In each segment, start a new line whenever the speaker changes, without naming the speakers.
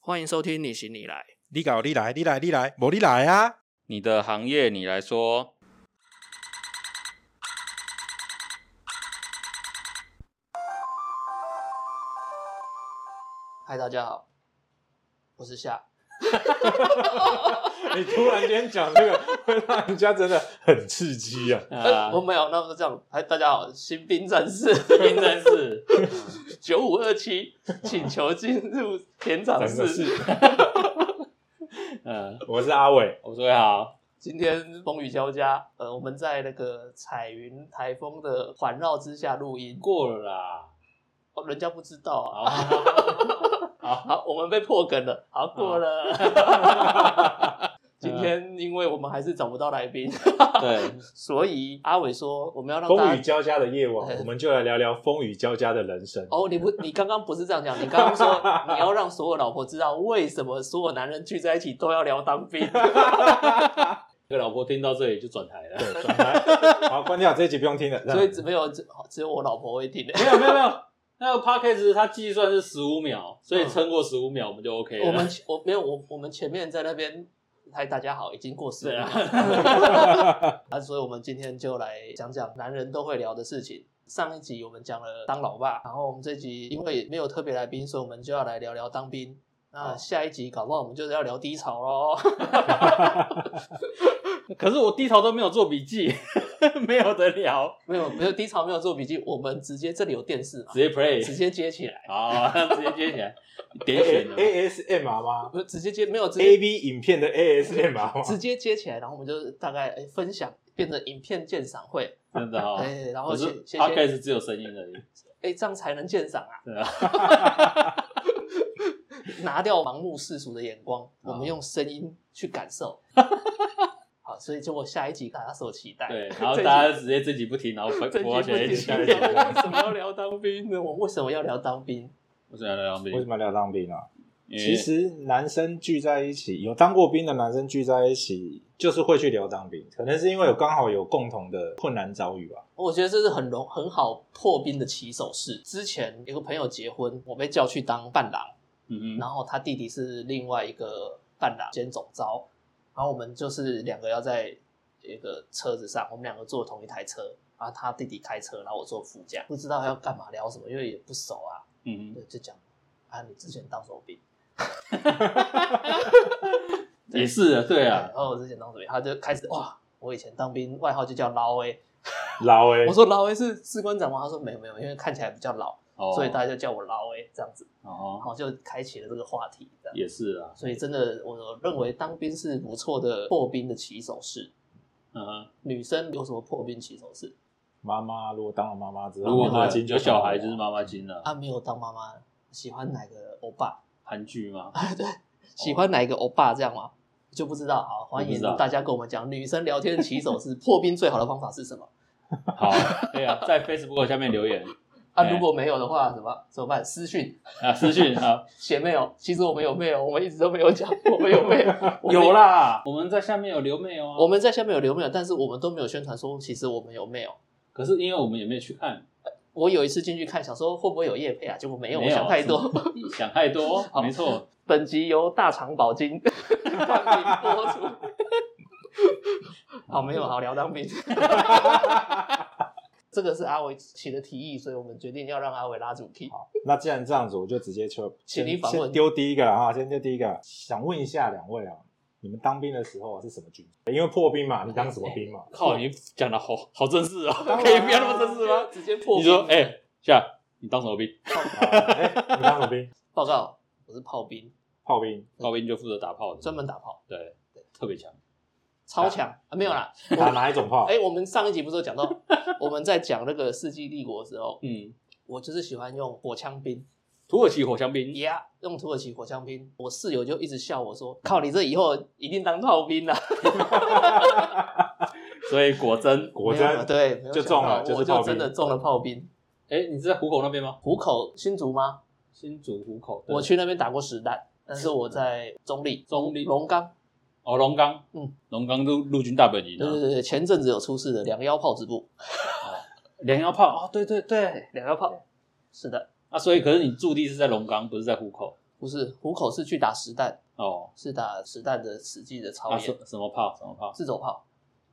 欢迎收听你行你来，
你搞你来，你来你来，我你来啊！
你的行业你来说，
嗨，大家好，我是夏，
你突然间讲这个，会让人家真的很刺激 啊！
呃
啊
我，没有，那不是这样，嗨，大家好，新兵战士
应 该是
九五二七，请求进入田场
真的
室。
嗯，
我是阿伟，
我说好，
今天风雨交加，呃，我们在那个彩云台风的环绕之下录音，
过了啦，
哦，人家不知道啊。
好，好，
好，我们被破梗了，好过了。 今天因为我们还是找不到来宾，
对，
所以阿伟说我们要让大
风
家
雨交加的夜晚，
嗯
我们就来聊聊风雨交加的人生。
哦，你不，你刚刚不是这样讲，你刚刚说 你要让所有老婆知道为什么所有男人聚在一起都要聊当 兵。
这个老婆听到这里就转台了，
对，转台，好，关掉这一集不用听了。
所以只没有只只有我老婆会听的。
没有没有没有，那个 podcast 它计算是十五秒，所以撑过十五嗯秒我们就 OK 了。
我们我没有我我们前面在那边嗨大家好，已经过十
对
了
啊，
啊，所以我们今天就来讲讲男人都会聊的事情。上一集我们讲了当老爸，然后我们这集因为没有特别来宾，所以我们就要来聊聊当兵。
哦
那下一集搞不好我们就是要聊低潮喽。
可是我低潮都没有做笔记， 没有得聊，
没有没有低潮，没有做笔记，我们直接这里有电视嘛
直，接
直
play，哎
接接起来，
好，直接接起 来，点选了，
A S M R 吗
不是直接接没有直
哎？A
接
V 影片的 A S M R 吗？
直接接起来，然后我们就大概哎分享变成影片鉴赏会，
真的哦。
哎，然后
可
谢
是
谢谢，
podcast 只有声音而已，
哎这样才能鉴赏啊，
对啊，
拿掉盲目世俗的眼光，我
哦
们用声音去感 受。好，所以结果下一集大家所期待。
对，然后
这一集
大家直接自己不听，然后播
这一集
播
不
起来一起
仅
下
要
一集。
为什么要聊当兵呢？我为什么要聊当兵？
我想聊当
为什
兵，
么要聊当兵啊？
因为
其实男生聚在一起，有当过兵的男生聚在一起，就是会去聊当兵，可能是因为有刚好有共同的困难遭遇吧。
我觉得这是很容很好破冰的起手式。之前有个朋友结婚，我被叫去当伴郎，
嗯
然后他弟弟是另外一个伴郎兼总招，然后我们就是两个要在一个车子上，我们两个坐同一台车，然后他弟弟开车，然后我坐副驾，不知道要干嘛聊什么，因为也不熟啊，
嗯
对，就讲啊，你之前当什么兵？
哼，也是啊，对啊
然，后我之前当什么兵？他就开始哇，我以前当兵外号就叫老 A，
老哎
我，说老 A 是士官长吗？他说没有没有，因为看起来比较老，
哦
所以大家就叫我老 A 这样子，然
哦
后就开启了这个话题，这样。
也是啊，
所以真的，我认为当兵是不错的破冰的起手式。
嗯哼，
女生有什么破冰起手式？
妈妈如果当了妈妈之后，
如果
妈妈
有
经
有小孩就是妈妈经了，
啊，没有当妈妈，喜欢哪个欧巴？
韩剧嘛，
喜欢哪一个欧巴这样吗？就不知道啊。欢
我不
迎
知道
大家跟我们讲，女生聊天的起手式 破冰最好的方法是什么？
好，对啊，在 Facebook 下面留言
啊，
哎
如果没有的话，怎么怎么办？私讯
啊，私讯啊，
写 mail。其实我们有 mail，我们一直都没有讲，我们有 mail，我们
有。啦，我们在下面有留妹哦，
我们在下面有留 mail，但是我们都没有宣传说，其实我们有 mail。
可是因为我们也没有去按，
我有一次进去看，想说会不会有叶配啊，结果没有，
没
我
有
想太多。
想太多
好，
没错，
本集由大肠宝金冠名播出。 好，没 有好聊当兵。这个是阿伟起的提议，所以我们决定要让阿伟拉主题。
好，那既然这样子，我就直接就
请
先
你访问
先丢第一个了哈，先丢第一个。想问一下两位啊，你们当兵的时候是什么军？因为破冰嘛，你当什么兵嘛？
靠，你讲的好好正式哦，
当然啊
可以不要那么正式吗？
直接破
你
冰。
说，哎，夏，你当什么兵？
啊哎，你当什么兵？
报告，我是炮兵，
炮兵。
炮兵就负责打炮的，
专门打炮，
对，特别强，
超强啊没有啦。
打哪一种炮？
哎，我们上一集不是有讲到， 我们在讲那个世纪帝国的时候，
嗯，
我就是喜欢用火枪兵。
土耳其火枪兵，
呀、用土耳其火枪兵，我室友就一直笑我说：“靠，你这以后一定当炮兵啦、啊
所以果真，
果
没有
真
对，没有
就
想
中了
到
就是
我就
炮兵
真的中了炮兵。
哎，你是在虎口那边吗？
虎口新竹吗？
新竹虎口，对
我去那边打过实弹，但是我在中立、
中立
龙岗。
哦，龙岗，
嗯，
龙岗陆陆军大本营、
对对
啊，
对对，前阵子有出事的两幺炮支部，
两腰炮，哦，对对对，
两幺炮，是的，
啊，所以可是你驻地是在龙岗，不是在虎口，
不是虎口是去打实弹，
哦，
是打实弹的实际的操
啊
演
什，什么炮？什么炮？
自走炮。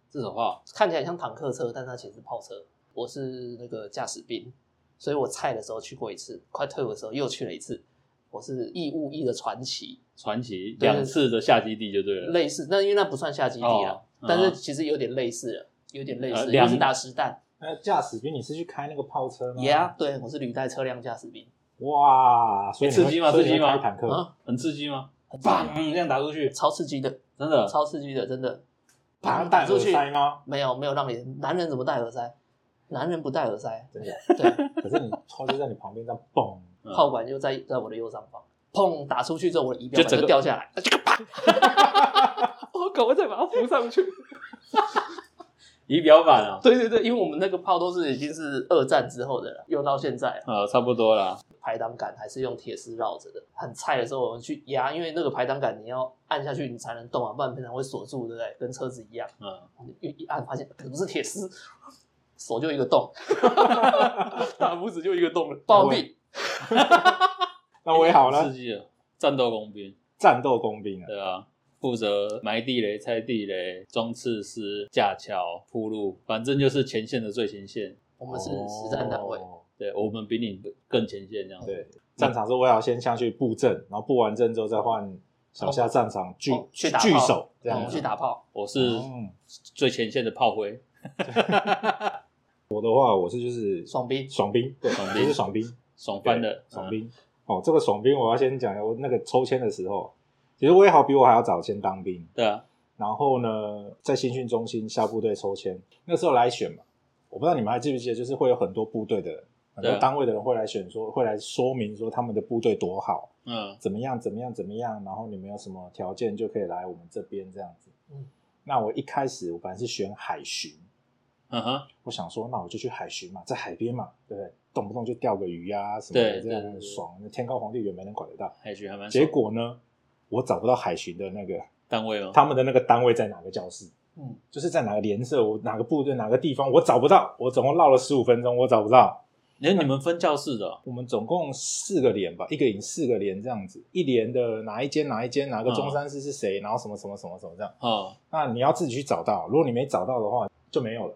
自走炮？
看起来像坦克车，但它其实是炮车。我是那个驾驶兵，所以我菜的时候去过一次，快退伍的时候又去了一次。我是义务役的传奇，
传奇
对
两次的下基地就对了，
类似，那因为那不算下基地啊，
哦嗯
但是其实有点类似了，有点类
呃
似，
两嗯
两是打实弹。
那驾驶兵你是去开那个炮车吗？
也啊，对，我是履带车辆驾驶兵，
哇，所以你会
哎
刺激吗
所以你会
刺激吗
开坦克
啊，
很刺激吗？
很刺激
砰，这样打出去，
超刺激的，
真的
超刺激的，真
嗯
的。
打弹
出
耳
去
塞吗？
没有没有让你男人怎么戴耳塞？男人不戴耳塞，
真的，
对，
可是你炮就在你旁边这样蹦，
嗯
炮管就在在我的右上方，砰打出去之后，我的仪表
就
板
整个
就掉下来，这个啪， 我赶快再把它扶上去。
仪表板啊，
对对对，因为我们那个炮都是已经是二战之后的了，用到现在了，
呃，差不多啦。
排挡杆还是用铁丝绕着的。很菜的时候我们去压，因为那个排挡杆你要按下去你才能动啊，不然平常会锁住，对不对？跟车子一样，哦
嗯，
一一按发现哎可不是铁丝，手就一个洞， 大拇指就一个洞了，暴
哦
毙。
那我也好
刺
了，
激了，战斗工兵，
战斗工兵啊，
对啊，负责埋地雷、拆地雷、装刺丝、架桥、铺路，反正就是前线的最前线。
我们是实战单位，
哦
对我们比你更前线
哦
这样
嗯
子。
对，战场是我也要先下去布阵，然后布完阵之后再换手下战场聚
哦去打炮
聚手这
我
样
们
子
去。打炮。哦
我是
嗯
最前线的炮灰，
我的话，我是就是
爽兵
爽兵，对，
爽
爽
兵
兵是爽兵，
爽翻了，
爽
嗯
兵。哦，这个爽兵我要先讲一下，我那个抽签的时候，其实我也好比我还要早先当兵，
对啊，
然后呢，在新训中心下部队抽签，那时候来选嘛，我不知道你们还记不记得，就是会有很多部队的人，很
对
多
啊
单位的人会来选说，会来说明说他们的部队多好，
嗯，
怎么样怎么样怎么样，然后你们有什么条件就可以来我们这边这样子。
嗯，
那我一开始我本来是选海巡，
嗯哼，
我想说那我就去海巡嘛，在海边嘛，对不对？动不动就钓个鱼啊什么的，
对
这
对
样
对
很
对
爽。那天高皇帝远没人管得到。
海巡还蛮爽
结果呢，我找不到海巡的那个
单位吗？哦
他们的那个单位在哪个教室，
嗯，
就是在哪个连社，我哪个部队哪个地方，我找不到。我总共绕了十五分钟，我找不到。
连哎你们分教室的哦，
我们总共四个连吧，一个营四个连这样子，一连的哪一间哪一间哪个中山市是谁，然后什么什么什么什么这样。
哦，
那你要自己去找到，如果你没找到的话就没有了。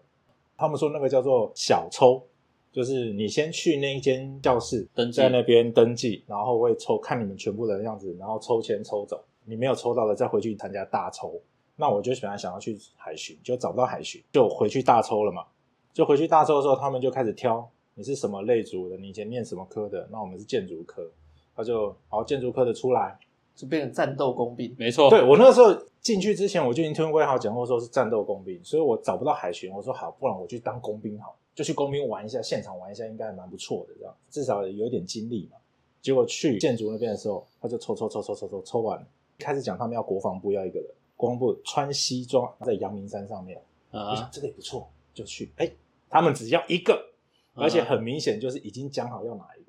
他们说那个叫做小抽，就是你先去那一间教室
登记
在那边登记，然后会抽看你们全部的样子，然后抽签抽走。你没有抽到的再回去参加大抽。那我就本来想要去海巡，就找不到海巡，就回去大抽了嘛。就回去大抽的时候，他们就开始挑你是什么类族的，你以前念什么科的。那我们是建筑科，他就好建筑科的出来，
就变成战斗工兵。
没错，
对我那时候进去之前，我就已经听威豪讲过说是战斗工兵，所以我找不到海巡，我说好，不然我去当工兵好，就去工兵玩一下，现场玩一下，应该还蛮不错的，这样至少有一点经历嘛。结果去建筑那边的时候，他就抽抽抽抽抽抽抽完了，开始讲他们要国防部要一个人，国防部穿西装在阳明山上面，我想
啊，
这个也不错，就去。哎，他们只要一个，而且
啊
很明显就是已经讲好要哪一个。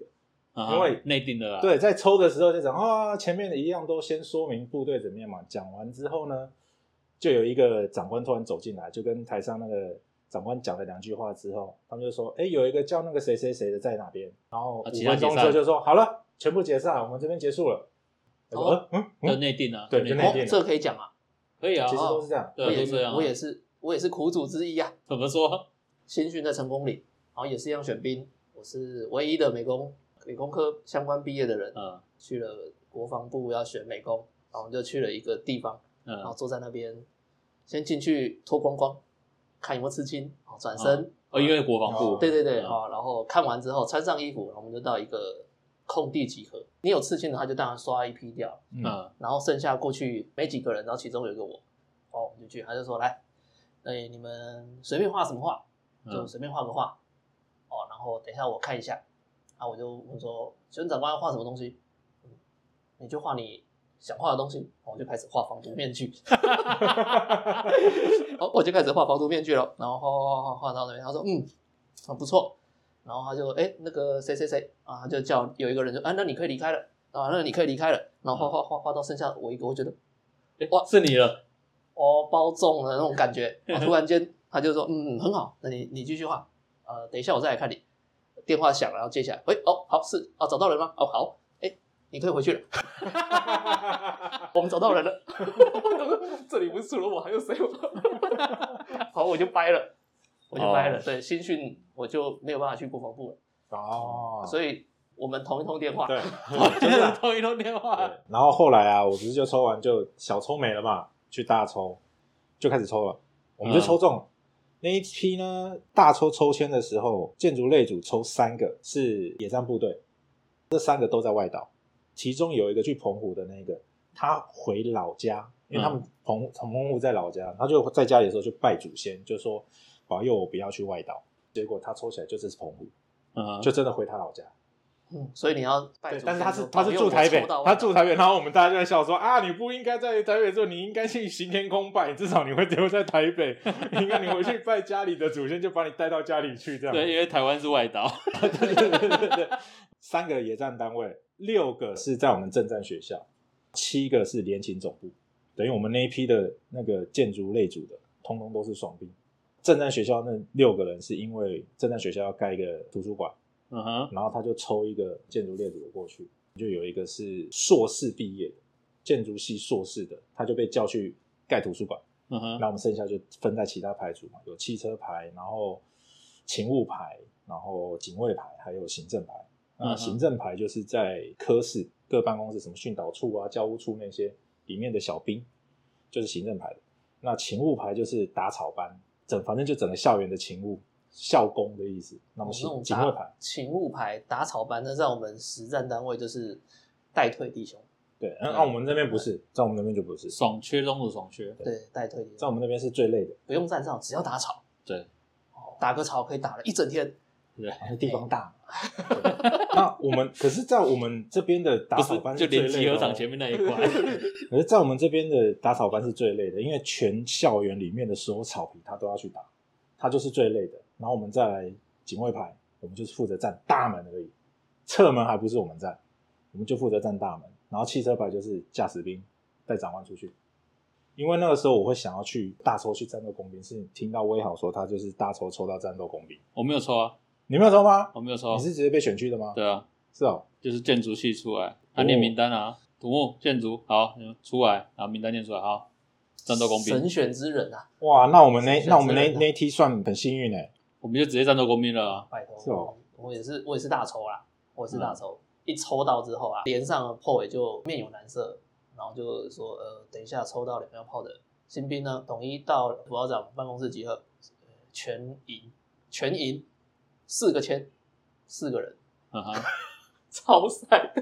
啊
因为
内定的啦，
对，在抽的时候就讲啊，前面的一样都先说明部队怎么样嘛。讲完之后呢，就有一个长官突然走进来，就跟台上那个长官讲了两句话之后，他们就说：“哎，有一个叫那个谁谁谁的在哪边。”然后五
啊其他
分钟之
解散
后就说：“好了，全部解散，我们这边结束了。”我说
哦
嗯嗯
就
嗯，
内定啊，
对
就
就内
哦
定，
这可以讲啊，
可以啊，
其实都
哦
是这样。
对
我
啊，
也
都这
是
样啊，
我也是我也是苦主之一啊。
怎么说？
新训在成功里，然后也是一样选兵，我是唯一的美工美工科相关毕业的人，
嗯
去了国防部要选美工，然后我们就去了一个地方，然后
嗯，
坐在那边，先进去脱光光，看有没有刺青，然后转身，
哦，因为国防部，
哦
对对对，
嗯
哦，然后看完之后穿上衣服，然后我们就到一个空地集合。你有刺青的，他就当然刷一批掉，
嗯，
嗯，
然后剩下过去没几个人，然后其中有一个我，哦，我们就去，他就说来，哎，你们随便画什么画，就
嗯
随便画个画，哦，然后等一下我看一下，啊，我就问说，学生长官要画什么东西？嗯你就画你想画的东西，哦然后我就开始画防毒面具， 哦，我就开始画防毒面具了，然后画画画画画到那边，他说嗯，很不错，然后他就哎那个谁谁谁啊，他就叫有一个人就啊，那你可以离开了啊，那你可以离开了，然后画画画画到剩下我一个，我觉得
诶
哇
哎是你了，
哦包中了那种感 觉。啊、突然间他就说，嗯，很好，那你你继续画，哦呃，等一下我再来看你。电话响了，然后接起来，喂，哦，好是啊，找到人吗？哦，好，哎，你可以回去了。我们找到人 了。 这里不是除了我还有谁吗？ 好，我就掰了，我就掰了。
哦
对，新训我就没有办法去国防部了，
啊
哦，以
所以我们同一通电话。
对，
就是同一通电
对
话，
然后后来啊，我不是就抽完就小抽没了嘛，去大抽就开始抽了，我们就抽中了、那一批呢。大抽抽签的时候，建筑类组抽三个是野战部队，这三个都在外岛，其中有一个去澎湖的那个，他回老家，因为他们澎澎湖在老家，他就在家里的时候就拜祖先，就说保佑我不要去外岛。结果他抽起来就只是澎湖，
嗯，
就真的回他老家。
嗯，所以你要拜
对
祖，先
但是他是
说
他是住台
因为我
北
抽到，外啊
他
岛
住台北，然后我们大家就在笑说啊，你不应该在台北住，你应该去行天宫拜，至少你会留在台北，你应该你回去拜家里的祖先，就把你带到家里去这样。
对，因为台湾是外岛，
对对对对对，三个野战单位，六个是在我们政战学校，七个是联勤总部，等于我们那一批的那个建筑类组的，通通都是爽兵。政战学校那六个人是因为政战学校要盖一个图书馆，
嗯哼，
然后他就抽一个建筑列组的过去，就有一个是硕士毕业的建筑系硕士的，他就被叫去盖图书馆。
嗯哼，
那我们剩下就分在其他牌组嘛，有汽车牌，然后勤务牌，然后警卫牌，还有行政牌。
嗯
那
哼
行政牌就是在科室各办公室，什么训导处啊、教务处那些里面的小兵，就是行政牌的。那勤务牌就是打草班，整反正就整个校园的勤务、校工的意思。那
我
么
们这
行
哦种
警卫牌
打，勤务牌打草班，那在我们实战单位就是带退弟兄，
对，那、啊、我们那边不是，在我们那边就不是，
爽缺中的爽缺，
对，带退弟
在
兄，
我们那边是最累的，
不用站哨，只要打草，哦
对，
打个草可以打了一整天。
啊地方大嘛。对 那我们可是，在我们这边的打
不
扫
是
班
就是
最
连
累的哦
集合场前面那一块，
可是，在我们这边的打扫班是最累的，因为全校园里面的所有草皮他都要去打，他就是最累的。然后我们再来警卫排，我们就是负责站大门而已，侧门还不是我们站，我们就负责站大门。然后汽车排就是驾驶兵带长官出去，因为那个时候我会想要去大抽去战斗工兵，是听到威豪说他就是大抽抽到战斗工兵，
我没有抽啊，
你没有抽吗？
我没有抽
你，是直接被选去的吗？
对啊，
是哦，
就是建筑系出来，
哦
他念名单啊，土木建筑好你们出来，然后名单念出来，好，战斗工
神
兵，
选之人啊，
哇，那我们那
是
那我
是
们那
是
那一梯算很幸运哎、
我们就直接战斗工兵了啊，
拜托，
是哦嗯
我也是我也是大抽啦，我也是大抽，一抽到之后啊，连上了破尾就面有难色，然后就说呃，等一下抽到两样炮的新兵呢，统一到副保长办公室集合，呃全营全营四个签，四个人
嗯哼，
超赛，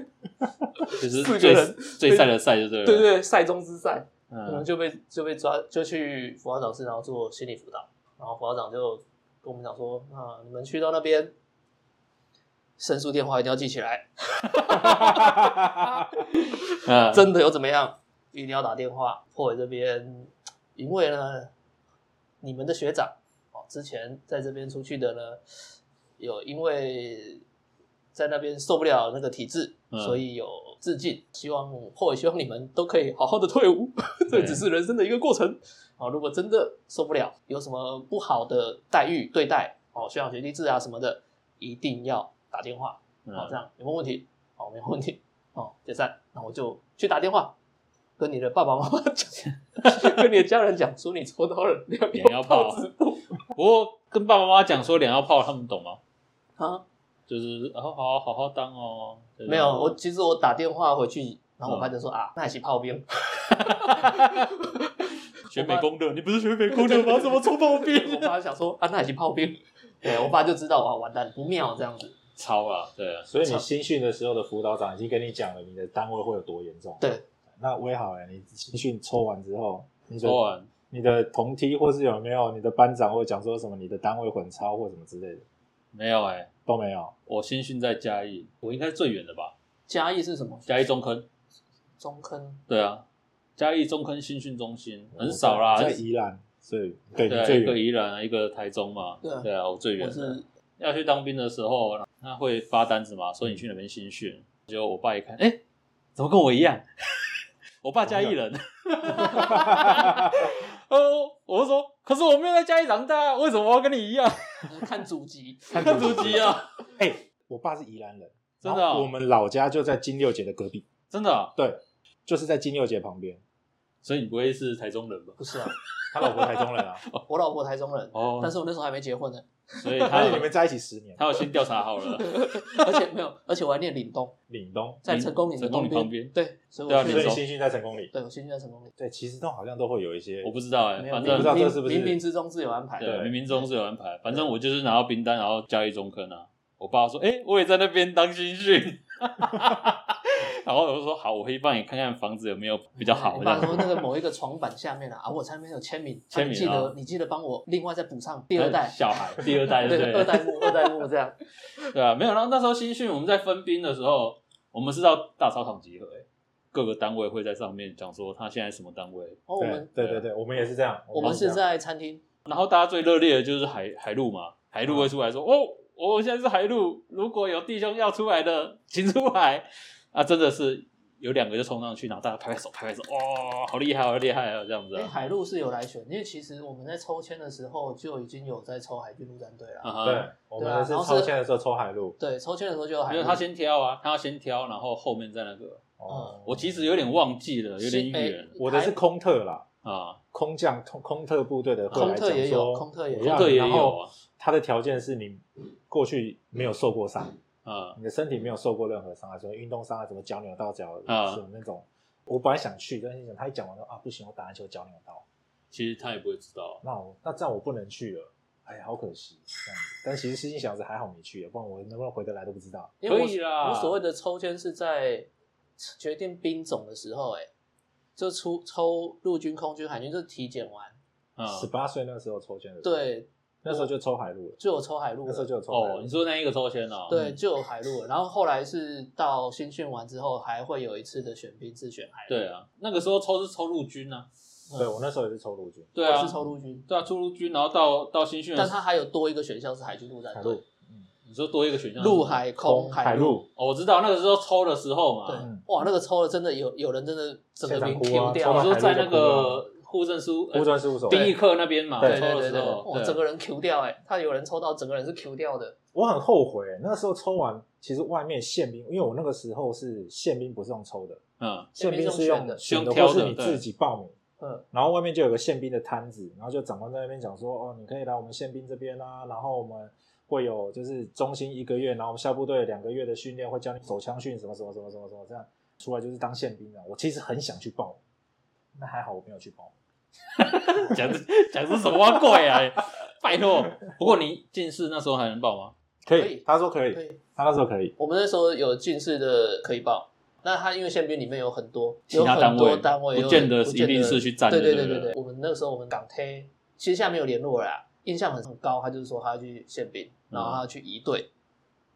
就是
四个
最
人
最赛的赛就对了，
对，对，赛中之赛，我们
嗯，
就被就被抓，就去辅导长室，然后做心理辅导。然后辅导长就跟我们讲说：“啊，你们去到那边，申诉电话一定要记起来，
嗯，
真的有怎么样，一定要打电话。破伟这边，因为呢，你们的学长哦，之前在这边出去的呢，有因为在那边受不了那个体制，
嗯
所以有自尽。希望或者希望你们都可以好好的退伍， 这
对
只是人生的一个过程。哦，如果真的受不了，有什么不好的待遇对待，哦，学长学弟制啊什么的，一定要打电话。好、这
嗯
样有没有问题？好、没有问题。哦，解散。那我就去打电话跟你的爸爸妈妈讲， 跟你的家人讲说你抽到了 两
两药炮啊
制度
不过跟爸爸妈妈讲说两要炮，他们懂吗？
啊。
就是好好好好当哦，就是
没有，我其实我打电话回去，然后我爸
嗯
就说、啊，那你去炮兵。
学美工的，你不是学美 工的吗？怎么抽炮
我
兵？
爸想说啊，那你去炮兵。对我爸就知道啊，完蛋不妙这样子。
超啊，对啊，
所以你新训的时候的辅导长已经跟你讲了你的单位会有多严重。
对，
那威好哎、你新训抽完之后，你的
抽完
你的同梯或是有没有你的班长会讲说什么你的单位混超或什么之类的
没有哎、
都没有。
我新训在嘉义，我应该是最远的吧？
嘉义是什么？
嘉义中坑，
中坑。
对啊，嘉义中坑新训中心很少啦，
我哦在
很
在宜兰，所以对
对
你
啊，
最
一个
远。
宜兰，一个台中嘛，
对啊
对啊，我最远
我
的。
是
要去当兵的时候，他会发单子嘛，说你去哪边新训。结果我爸一看，哎、怎么跟我一样？我爸嘉义人。哦，我就说，可是我没有在嘉义长大，啊为什么我要跟你一样？
看祖籍，
看
看足迹啊，
哎、我爸是宜兰人，
真的哦
然后我们老家就在金六姐的隔壁，
真的啊，
对，就是在金六姐旁边。
所以你不会是台中人吧？
不是啊，
他老婆台中人 啊，
我老婆台中人，
哦，
但是我那时候还没结婚呢，
所以他
而且你们在一起十年
他。有先调查好了，
而且没有，而且我还念岭东，
岭东，
在
岭
成功岭的
成功岭
旁
旁边
对，所以
对
我
啊
所
去的
以
岭
时
东
候，
新训在成功岭。
对我先去在成功岭，
对，其实都好像都会有一些，
我不知道哎、
没有
反
冥
我不知道
正
这
冥
是不是
冥冥之中自有安排，
对
对
冥冥中是有安排，反正我就是拿到兵单，然后加一中坑啊。我爸说：“哎、我也在那边当 新训。”然后我就说：“好，我会帮你看看房子有没有比较好。”
我
这
哎爸
样
说那个某一个床板下面啊，啊，我在那边有签名，啊
签
你
名
记
啊
得你记得帮我另外再补上第二代，
小孩，第二代对 不
对，
对？
二代目二代目这样，
对啊，没有。然后那时候新训我们在分兵的时候，我们是到大操场集合、欸，各个单位会在上面讲说他现在什么单位。
哦然后我
对
们
对对对，我们也是这样，
我们
也
是
这样
在餐厅，
然后大家最热烈的就是海海陆嘛，海陆
嗯
会出来说：“哦，我现在是海陆，如果有弟兄要出来的， 请出来。”啊，真的是有两个就冲上去，然后大家拍拍手，拍拍手，哇、好厉害，好厉害啊，这样子
哎，
啊。
海陆是有来选，因为其实我们在抽签的时候就已经有在抽海军陆战队
啊
了，
哈
对，我
对啊
们是
然后是嗯
抽签的时候抽海陆。
对，抽签的时候就有海
因为
陆，
他先挑啊，他要先挑，然后后面再那个。
哦，
我其实有点忘记了，有点远
是哎
我的是空特啦，
啊。
空降空空特部队的会
空
来
特
讲
也有，
说，
空特也
我
有
要
空，特也
然
有
后
啊，
他的条件是你过去没有受过伤，
啊
你的身体没有受过任何伤害，什么运动伤害，什么脚扭到脚，
啊
什么那种。我本来想去，但是想他一讲完说啊，不行，我打篮球脚扭到，
其实他也不会知道。
那我那这样我不能去了，哎，好可惜。这样子但其实私心想着还好没去，啊不然我能不能回得来都不知道。
因为我
可以啦
我所谓的抽签是在决定兵种的时候、哎，就出抽陆军、空军、海军，就是体检完，
啊，
十八岁那时候抽签的，，
对，
那时候就抽海陆了，
就有抽海陆
那时候
了。
就嗯有抽海
哦，
陆
你。说那一个抽签哦，
对，就有海陆了，然后后来是到新训完之后，还会有一次的选兵自选海陆，
对啊，那个时候抽是抽陆军啊，
嗯
对我那时候也是抽陆军，
对
我
啊，嗯
是抽陆军，
对啊，出陆军，然后到到新训的
但
时候，
它还有多一个选项是海军陆战
海
队
陆，、
你说多一个选项，
陆。海空
空
海陆，
陆，
哦，我知道那个时候抽的时候
对
嘛，
嗯，
哇，那个抽了真的有有人真的整个
现
兵
场哭
Q 掉
啊抽
你
到
了，
说
海陆
在
就
那
哭了
个户政呃事务
护专事务所。
第一课那边嘛，
对
对对
抽的
对
时
对，
候，
哇，
对
整个人 Q 掉哎、他有人抽到整个人是 Q 掉的，
我很后悔，欸那时候抽完，其实外面宪兵，因为我那个时候是宪兵，不是用抽的，
嗯
宪兵
宪兵是
是
用选的
用选
用
的，
挑
或
的
是你
对
自己报名。
嗯，
然后外面就有个宪兵的摊子，然后就长官在那边讲说，哦，你可以来我们宪兵这边啊，然后我们会有就是中心一个月，然后我们校部队两个月的训练，会教你手枪训什么什么什么什么什么，这样出来就是当宪兵的。我其实很想去报名，那还好我没有去报名。
讲是讲是什么鬼啊？ 拜托，不过你近视那时候还能报吗？
可
可以
他说可以，
对，
他那时候可以。
我们那时候有近视的可以报，那他因为宪兵里面有很多
其他
有很多
单位
单位有，
不见得
不见
一定是去站
对
的
对
对
对
不
对
对，
我们那时候我们港台其实现在没有联络了啦，印象很高，他就是说他要去宪兵，
嗯
然后他要去一队，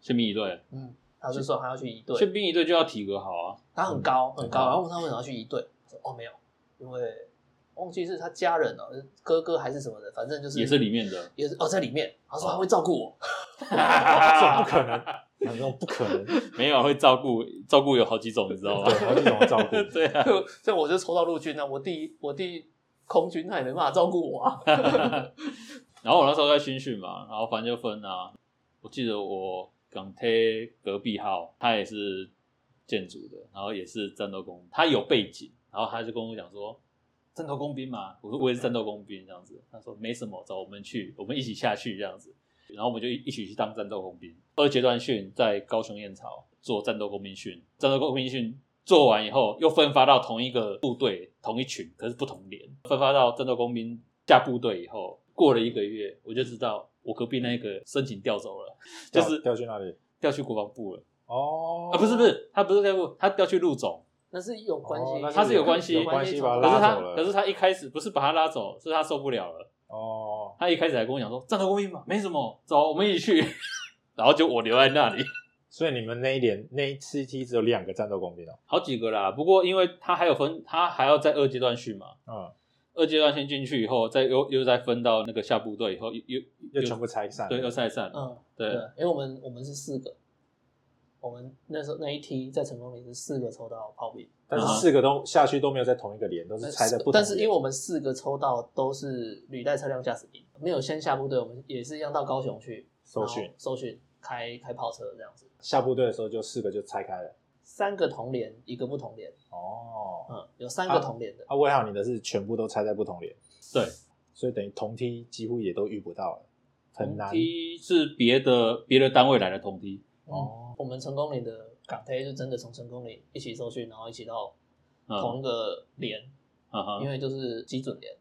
宪兵一队，
嗯，他就说他要去一队，
宪兵一队就要体格好啊，
他很高
嗯
很高，然后问他为什么要去一队，我说哦没有，因为忘记是他家人哦，哥哥还是什么的，反正就是
也是里 面的，
也是哦在里面，他说他会照顾我，
这种不可 能，那啊种不可能，
没有啊会照顾照顾有好几种，你知道吗
对，？好几种照顾。
对啊，
这我就抽到陆军啊了，我弟我弟空军他也没办法照顾我啊，
然后我那时候在新训嘛，然后反正就分啊。我记得我港铁隔壁号，他也是建筑的，然后也是战斗工，他有背景，然后他就跟我讲说，战斗工兵嘛，我说我也是战斗工兵这样子。他说没什么，走，我们去，我们一起下去这样子。然后我们就一一起去当战斗工兵。二阶段训在高雄燕巢做战斗工兵训，战斗工兵训做完以后，又分发到同一个部队、同一群，可是不同连。分发到战斗工兵下部队以后，过了一个月，我就知道我隔壁那个申请调走了，就
调
是
调去哪里？
调去国防部了
哦
啊？不是不，是，他不是调部，他调去陆总。
那是有关
哦
系，
那
他是有关系
有关系吧？
可是
拉
他
走，了。
可是他一开始不是把他拉走，是他受不了了。
哦，
他一开始还跟我讲说：“战斗工兵嘛，没什么，走，我们一起去。” 然后就我留在那里，
所以你们那一年那一次梯只有两个战斗工兵哦。
好几个啦。不过因为他还有分，他还要在二阶段训嘛。
嗯，
二阶段先进去以后，再又又再分到那个下部队以后，又又
又全部拆散了。
对又再散了。
嗯，
对
对，因为我们我们是四个，我们那时候那一梯在成功里是四个抽到炮兵，呃
但是
嗯
四个都下去都没有在同一个连，都是拆在不同的连。
但是因为我们四个抽到都是履带车辆驾驶兵，没有先下部队，我们也是一样到高雄去
搜训
然后搜训，开开炮车这样子，
下部队的时候就四个就拆开了。
三个同连，一个不同连，
哦，
嗯，有三个同连的，
啊，威浩你的是全部都拆在不同连，
对，
所以等于同梯几乎也都遇不到了，很难
同。梯是别的别的单位来的同梯，
哦
嗯，我们成功岭的港台就真的从成功岭一起受训，然后一起到
嗯
同一个连，
嗯
因
哼，
为就是基准连，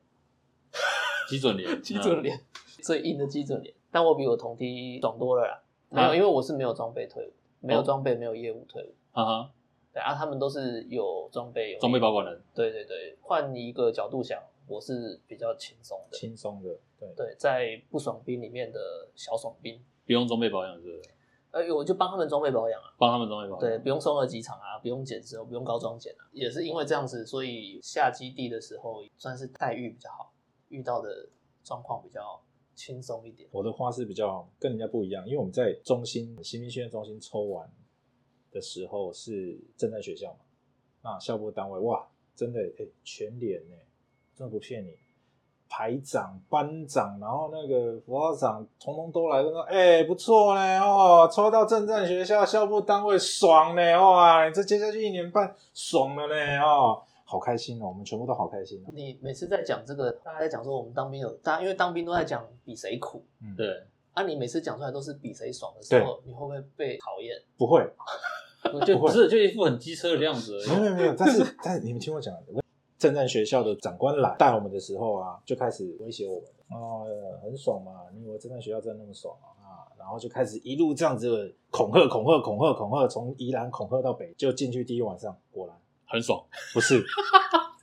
基准 连，嗯
连、最硬的基准连。但我比我同梯懂多了啦，没
啊
有，因为我是没有装备退伍，没有
哦
装备，没有业务退伍。
嗯哼，
对啊，他们都是有装备，有
装备保管人，
对对对，换一个角度想，我是比较轻松的。
轻松的，对，
对，在不爽兵里面的小爽兵，
不用装备保养是不是？
呃，我就帮他们装备保养啊，
帮他们装备保
对，
养，
不用送二级厂啊，不用减值，不用高装检啊，也是因为这样子，所以下基地的时候算是待遇比较好，遇到的状况比较轻松一点。
我的话是比较跟人家不一样，因为我们在中心新兵训练中心抽完的时候是正在学校嘛，那校部单位哇，真的哎、全脸呢、真的不骗你，排长、班长，然后那个辅导长，统统都来，都说哎、不错呢哦，抽到正战学校校部单位爽呢哇，你这接下去一年半爽了呢哦，好开心哦，我们全部都好开心哦，
你每次在讲这个，大家在讲说我们当兵有大，因为当兵都在讲比谁苦
嗯，
对，
啊，你每次讲出来都是比谁爽的时候，你会不会被讨厌？
不会，
就不是就一副很机车的样子而
没有
已，
没有没有，但是但是你们听我讲，正战学校的长官来带我们的时候啊，就开始威胁我们哦，很爽嘛，你以为正战学校真的那么爽啊？啊然后就开始一路这样子恐吓、恐吓、恐吓、恐吓，从宜兰恐吓到北，就进去第一晚上，果然
很爽，
不是，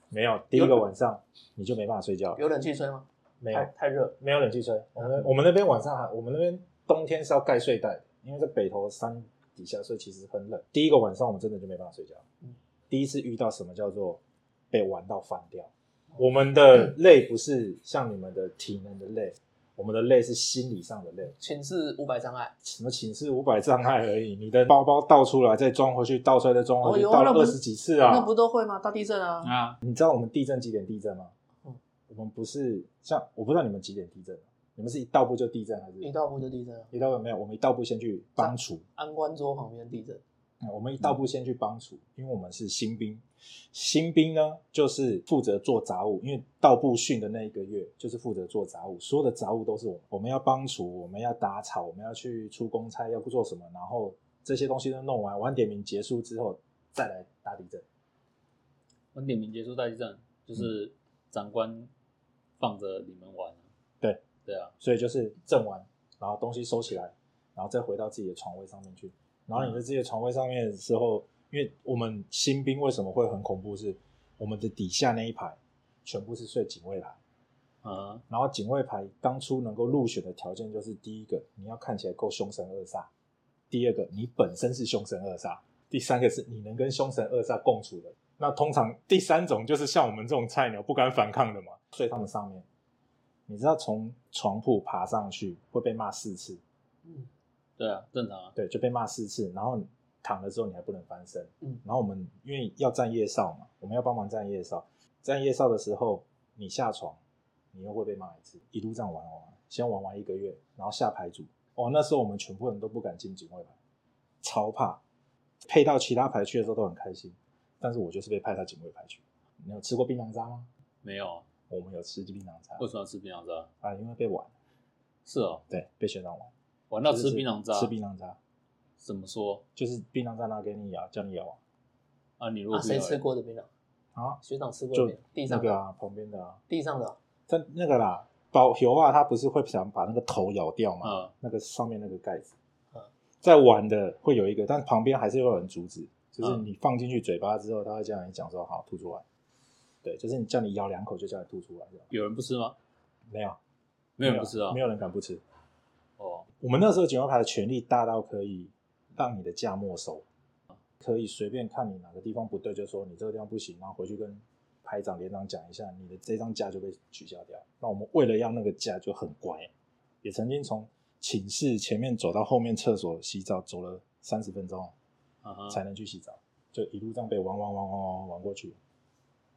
没有第一个晚上你就没办法睡觉了，
有冷气吹吗？
没有
太太热了，
没有冷气吹，我们我们那边晚上还，我们那边冬天是要盖睡袋的，因为在北头山底下，所以其实很冷。第一个晚上我们真的就没办法睡觉，
嗯
第一次遇到什么叫做被玩到翻掉。
哦
我们的累不是像你们的体能的累，我们的累是心理上的累，
寝室五百障碍，
什么寝室五百障碍而已。你的包包倒出来再装回去，倒出来再装回去，
哦有啊
倒了
那不
二
是
十几次啊！
那不都会吗？大地震啊，
啊，
你知道我们地震几点地震吗？
嗯
我们不是像我不知道你们几点地震，啊你们是一到步就地震还是？
一到不就地震啊，
一到步没有，我们一到步先去帮厨，
安官桌旁边地震，
嗯我们一到步先去帮厨，因为我们是新兵。新兵呢，就是负责做杂物，因为到步训的那一个月就是负责做杂物，所有的杂物都是我们，我们要帮厨，我们要打草，我们要去出公差，要做什么，然后这些东西都弄完，晚点名结束之后再来打地震。
晚点名结束大地战，
嗯
就是长官放着你们玩啊，
对
对啊，
所以就是震完，然后东西收起来，然后再回到自己的床位上面去。然后你在自己的床位上面的时候，因为我们新兵为什么会很恐怖是，我们的底下那一排全部是睡警卫排，
啊，
然后警卫排当初能够入选的条件就是：第一个你要看起来够凶神恶煞，第二个你本身是凶神恶煞，第三个是你能跟凶神恶煞共处的。那通常第三种就是像我们这种菜鸟不敢反抗的嘛，睡他们上面。你知道从床铺爬上去会被骂四次，
嗯，
对啊，正常啊，
对，就被骂四次，然后躺了之后你还不能翻身。
嗯
然后我们因为要站夜哨嘛，我们要帮忙站夜哨。站夜哨的时候，你下床，你又会被骂一次，一路这样玩玩玩，先玩完一个月，然后下牌组。哦，那时候我们全部人都不敢进警卫牌，超怕。配到其他牌去的时候都很开心，但是我就是被派到警卫牌去。你有吃过槟榔渣吗？
没有啊，
我们有吃槟榔渣
为什么要吃槟榔渣？
啊，因为被玩，
是哦，
对，被学长玩。
玩到吃
就是
槟榔渣，
吃槟榔渣，
怎么说
就是槟榔渣拿给你咬，叫你咬啊。
啊？你如果
啊，
不
谁
要
吃过的槟榔？
啊，
学长吃过的
就
槟榔，地
那
上
个
的，
啊，旁边的啊，
地上的，
但那个啦，保油啊，它不是会想把那个头咬掉吗？
啊，
那个上面那个盖子
嗯，
在玩的会有一个，但旁边还是会有人阻止，就是
嗯
你放进去嘴巴之后，他会叫你讲说好吐出来，对，就是你叫你咬两口就叫你吐出来，这样
有人不吃吗？
没有，
没有人不吃啊，
没有人敢不吃。
哦，
我们那时候警卫牌的权力大到可以让你的假没收，可以随便看你哪个地方不对，就说你这个地方不行，然后回去跟排长、连长讲一下，你的这张假就被取消掉。那我们为了要那个假就很乖，也曾经从寝室前面走到后面厕所洗澡，走了三十分钟
啊
才
哈，
能去洗澡，就一路这样被玩玩玩玩玩玩玩过去，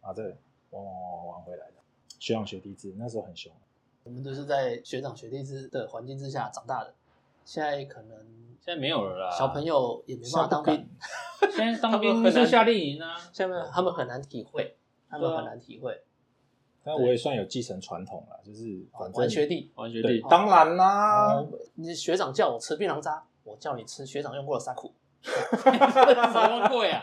啊，再玩玩玩玩玩回来的。学长学弟制那时候很凶，
我们都是在学长学弟制的环境之下长大的，现在可能
现在没有了啦，
小朋友也没办法当
啊现在
兵，
现在当
他
兵
们很
是
难
夏令营啊，
下面他们很难体会，他们
对啊
很难体会，
但我也算有继承传统了，就是反正
哦玩学弟。
完学
对
弟，
当然啦，
哦你学长叫我吃槟榔渣，我叫你吃学长用过的沙苦。
什么贵 啊？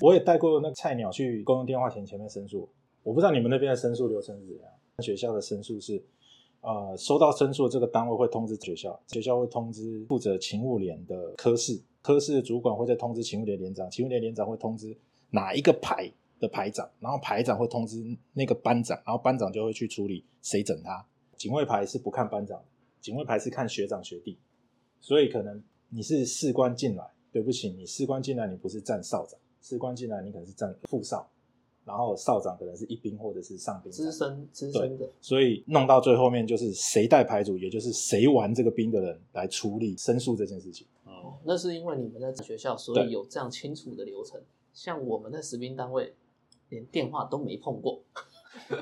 我也带过那个菜鸟去公用电话亭前面申诉，我不知道你们那边的申诉流程是怎样。学校的申诉是，呃，收到申诉的这个单位会通知学校，学校会通知负责勤务连的科室，科室的主管会再通知勤务连连长，勤务连连长会通知哪一个排的排长，然后排长会通知那个班长，然后班长就会去处理谁整他。警卫排是不看班长的，警卫排是看学长学弟，所以可能你是士官进来，对不起，你士官进来你不是站少长，士官进来你可能是站副少，然后少长可能是一兵或者是上兵
资
长。
深资深的，
所以弄到最后面就是谁带牌组，也就是谁玩这个兵的人来处理申诉这件事情。
哦，
那是因为你们在学校，所以有这样清楚的流程。像我们在实兵单位，连电话都没碰过，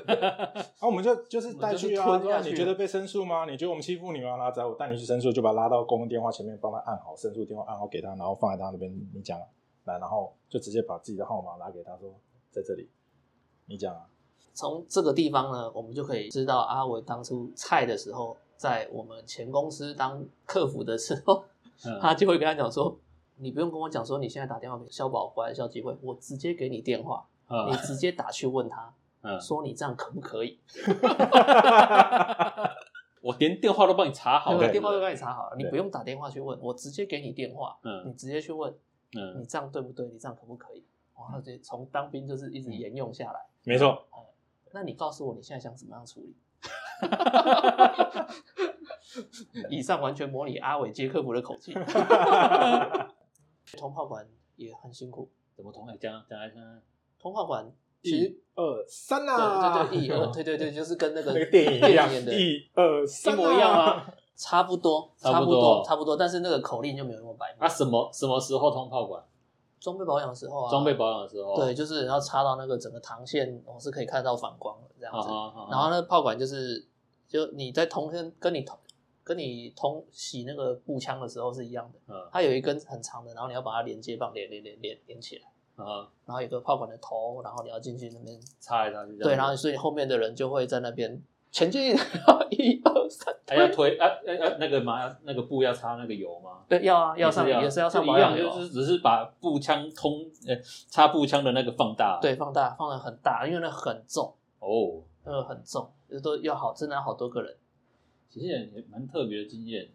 然、啊后我们就就是带去
我
啊，
们就是吞下去
你觉得被申诉吗？你觉得我们欺负你吗？拉走，我带你去申诉，就把他拉到公共电话前面，帮他按好申诉电话按好给他，然后放在他那边，你讲啊来，然后就直接把自己的号码拿给他说，在这里，你讲啊。
从这个地方呢，我们就可以知道阿伟当初菜的时候，在我们前公司当客服的时候，
嗯
他就会跟他讲说：“你不用跟我讲说你现在打电话给消保或者消基会，我直接给你电话，你
嗯
直接打去问他，
嗯，
说你这样可不可以？
我连电话都帮你查好
对
了，
电话都帮你查好了，你
对
不用打电话去问，我直接给你电话，你
嗯
直接去问，你
嗯，
这样对不对？你这样可不可以？”哇，这从当兵就是一直沿用下来。
没错，
那你告诉我你现在想怎么样处理？ 以上完全模拟阿伟接客服的口气。 通炮管也很辛苦，
怎么同海讲讲来听听？
通炮管其实
二三啊
对对对，一二，对对对，就是跟那个
那个电影一样，
演的一
一二三、
模一样？啊，差不多，
差
不
不多
多，差不多，但是那个口令就没有那么白
啊，
嘛。
什么什么时候通炮管？
装备保养的时候啊，
装备保养的时候，
对，，就是要插到那个整个膛线，我是可以看到反光的这样
啊
子。
哈，啊哈
然后那个炮管就是，就你在通跟跟你同跟你通洗那个步枪的时候是一样的，
嗯
它有一根很长的，然后你要把它连接棒连连连连连起来，
啊哈，
然后有个炮管的头，然后你要进去那边
插来插去这样子，
对，然后所以后面的人就会在那边前进，然后一二三，
还要推啊啊啊那个嘛那个布要插那个油吗？
对，要啊，要上
也
也是要上
就
保
一样，
养油
就
啊，
是只是把步枪通呃插步枪的那个放大，
对，放大放的很大，因为那很重，
哦，
那个很重，就是都要好，真的要好多个人，
其实也蛮特别的经验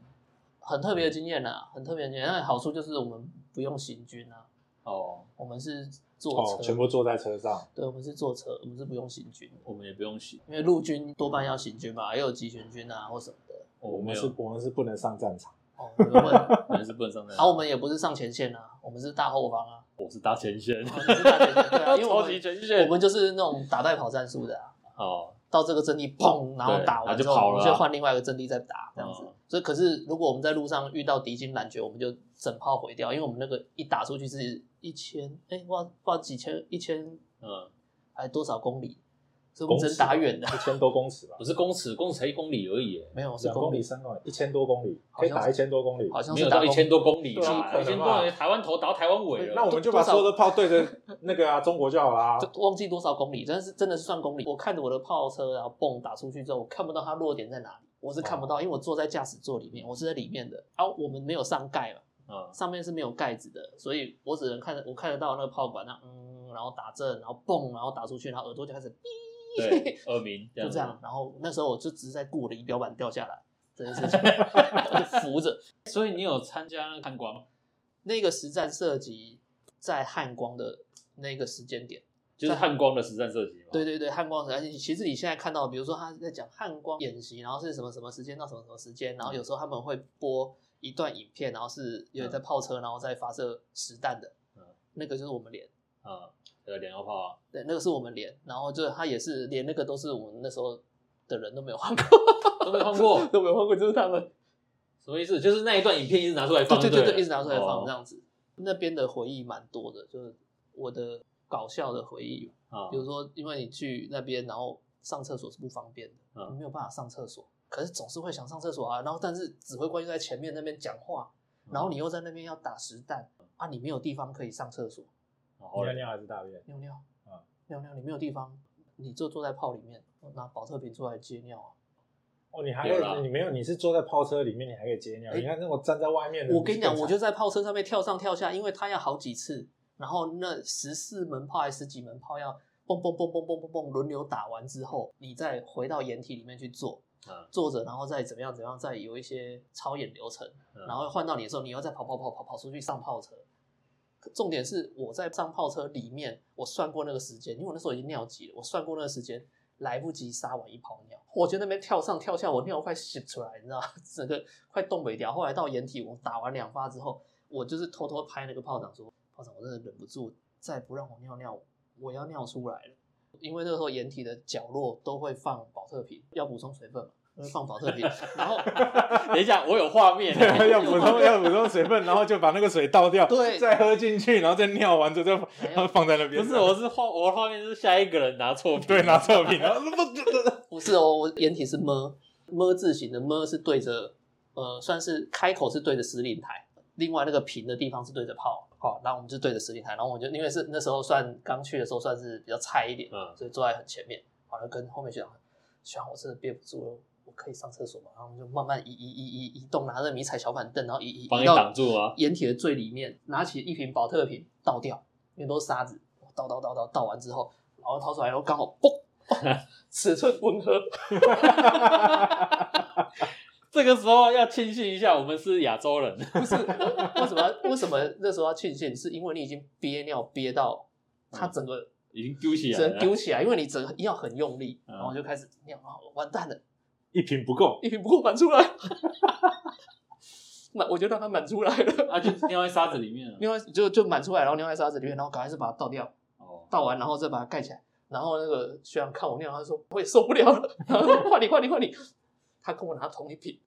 很特别的经验呐，很特别的经验。那好处就是我们不用行军啊，
哦，
我们是坐
哦
车，，
全部坐在车上，
对，我们是坐车，我们是不用行军的，
我们也不用洗，
因为陆军多半要行军嘛，也有集群军啊或什么的。
哦我
哦没
们
有
是，我们是不能上战场。
哦，没 问。然
还是不能上 那，
后我们也不是上前线啊，我们是大后方啊，
我是搭前线，
我们是大前线，对 啊，因为我
超级
们
前线，
我们就是那种打带跑战术的啊。
哦，
到这个阵地，砰，然后
对
打完
然后就
之后，
跑
我们
了
就
啊
换另外一个阵地再打，这样子
嗯。
所以，可是如果我们在路上遇到敌军拦截，我们就整炮毁掉，因为我们那个一打出去是一千，哎，哇，不知道几千，一千
嗯，
还多少公里，所以我们只能
公尺
打远的，
一千多公尺吧
不，是公尺，公尺才一公里而已耶，
没有是
两公
公
里、
里，
三公里，一千多公里，
好
可以
像是
打一千多公里。
好像
没
是
有
打
到
公
一
里
千多公里
对啊
啦，一千多公里，台湾头打到台湾尾了，
那我们就把所有的炮对着那个啊中国就好啦、
就忘记多少公里，但是真的是算公里。我看着我的炮车，然后蹦打出去之后，我看不到它落点在哪里，我是看不
哦
到，因为我坐在驾驶座里面，我是在里面的。啊，我们没有上盖嘛，
嗯，
上面是没有盖子的，所以我只能看着我看得到那个炮管，那嗯，然后打正，然后蹦，然后打出去，然后耳朵就开始哔，
对，耳鸣这
就
样，
这样。。然后那时候我就只是在顾我的仪表板掉下来这件事情，我就扶着。
所以你有参加那个看官吗？
那个实战射击在汉光的那个时间点。
就是汉光的实战射击嘛，
对对对，汉光时而且其实你现在看到，比如说他在讲汉光演习，然后是什么什么时间到什么什么时间，然后有时候他们会播一段影片，然后是有人在炮车，然后在发射实弹的，
嗯
那个就是我们连，
嗯，这个两个炮啊，
对，那个是我们连，然后就是他也是连那个都是我们那时候的人都没有换过，
都没看过，
都没有换过，就是他们，
什么意思？就是那一段影片一直拿出来
对
放，
对
对
对
了
对，一直拿出来放
哦
这样子，那边的回忆蛮多的，就是我的搞笑的回忆，
啊
比如说因为你去那边，然后上厕所是不方便的，
嗯
你没有办法上厕所。可是总是会想上厕所啊。然后但是指挥官又在前面那边讲话，
嗯
然后你又在那边要打实弹啊，你没有地方可以上厕所
嗯然后
尿
嘞
尿还是大便？
尿尿
嗯
啊，
尿尿你没有地方，你就坐在炮里面拿保特瓶出来接尿啊。
哦，你还
有啦
可以，你没有，你是坐在炮车里面，你还可以接尿。
哎
你看那种站在外面的，
我跟你讲，
更惨
我就在炮车上面跳上跳下，因为他要好几次，然后那十四门炮还是十几门炮要蹦蹦蹦蹦蹦蹦蹦轮流打完之后，你再回到掩体里面去做，
嗯，
坐着，然后再怎么样怎么样，再有一些操演流程，
嗯
然后换到你的时候，你又再跑跑跑跑跑出去上炮车。可重点是我在上炮车里面，我算过那个时间，因为我那时候已经尿急了，我算过那个时间来不及撒完一泡尿，我就那边跳上跳下，我尿快洗出来，你知道吗， 整个快冻没掉。后来到掩体，我打完两发之后，我就是偷偷拍那个炮长说：“炮长，我真的忍不住，再不让我尿尿，我要尿出来了。”因为那时候掩体的角落都会放保特瓶，要补充水分嘛，会放保特瓶，然后
等一下，我有画面，欸
对 要补充要补充水分，然后就把那个水倒掉，
对
再喝进去，然后再尿完之后再
没有
放放在那边。
不是，我是画我的画面是下一个人拿错
对拿
错
错瓶，然后
不是哦，我掩体是么么字形的么是对着呃，算是开口是对着司令台，另外那个平的地方是对着炮，好、然后我们就对着司令台，然后我就因为是那时候算刚去的时候算是比较菜一点，
嗯
所以坐在很前面，好了跟后面学长，学长我真的憋不住了。我可以上厕所吗？然后我们就慢慢移移移移移动，拿着迷彩小板凳，然后移移
帮
移
你挡
到
住吗？
掩体的最里面，拿起一瓶保特瓶倒掉，因为都是沙子，倒倒倒倒倒完之后，然后掏出来，然后刚好嘣， 哦尺寸吻合，
这个时候要庆幸一下，我们是亚洲人，
不是为什么？为什么那时候要庆幸？是因为你已经憋尿憋到它整个
已经丢嗯起来
整个啊
了。
丢起来，因为你整个要很用力，
嗯
然后就开始尿，然后完蛋了，
一瓶不够，
一瓶不够满出来， 满我就让它满出来了，
啊，就尿在沙子里面了。
另外就就满出来，然后尿在沙子里面，然后赶快是把它倒掉，
哦，
倒完然后再把它盖起来。然后那个学长看我尿，他说我也受不了了， 然后说换你换你换你，他跟我拿同一瓶，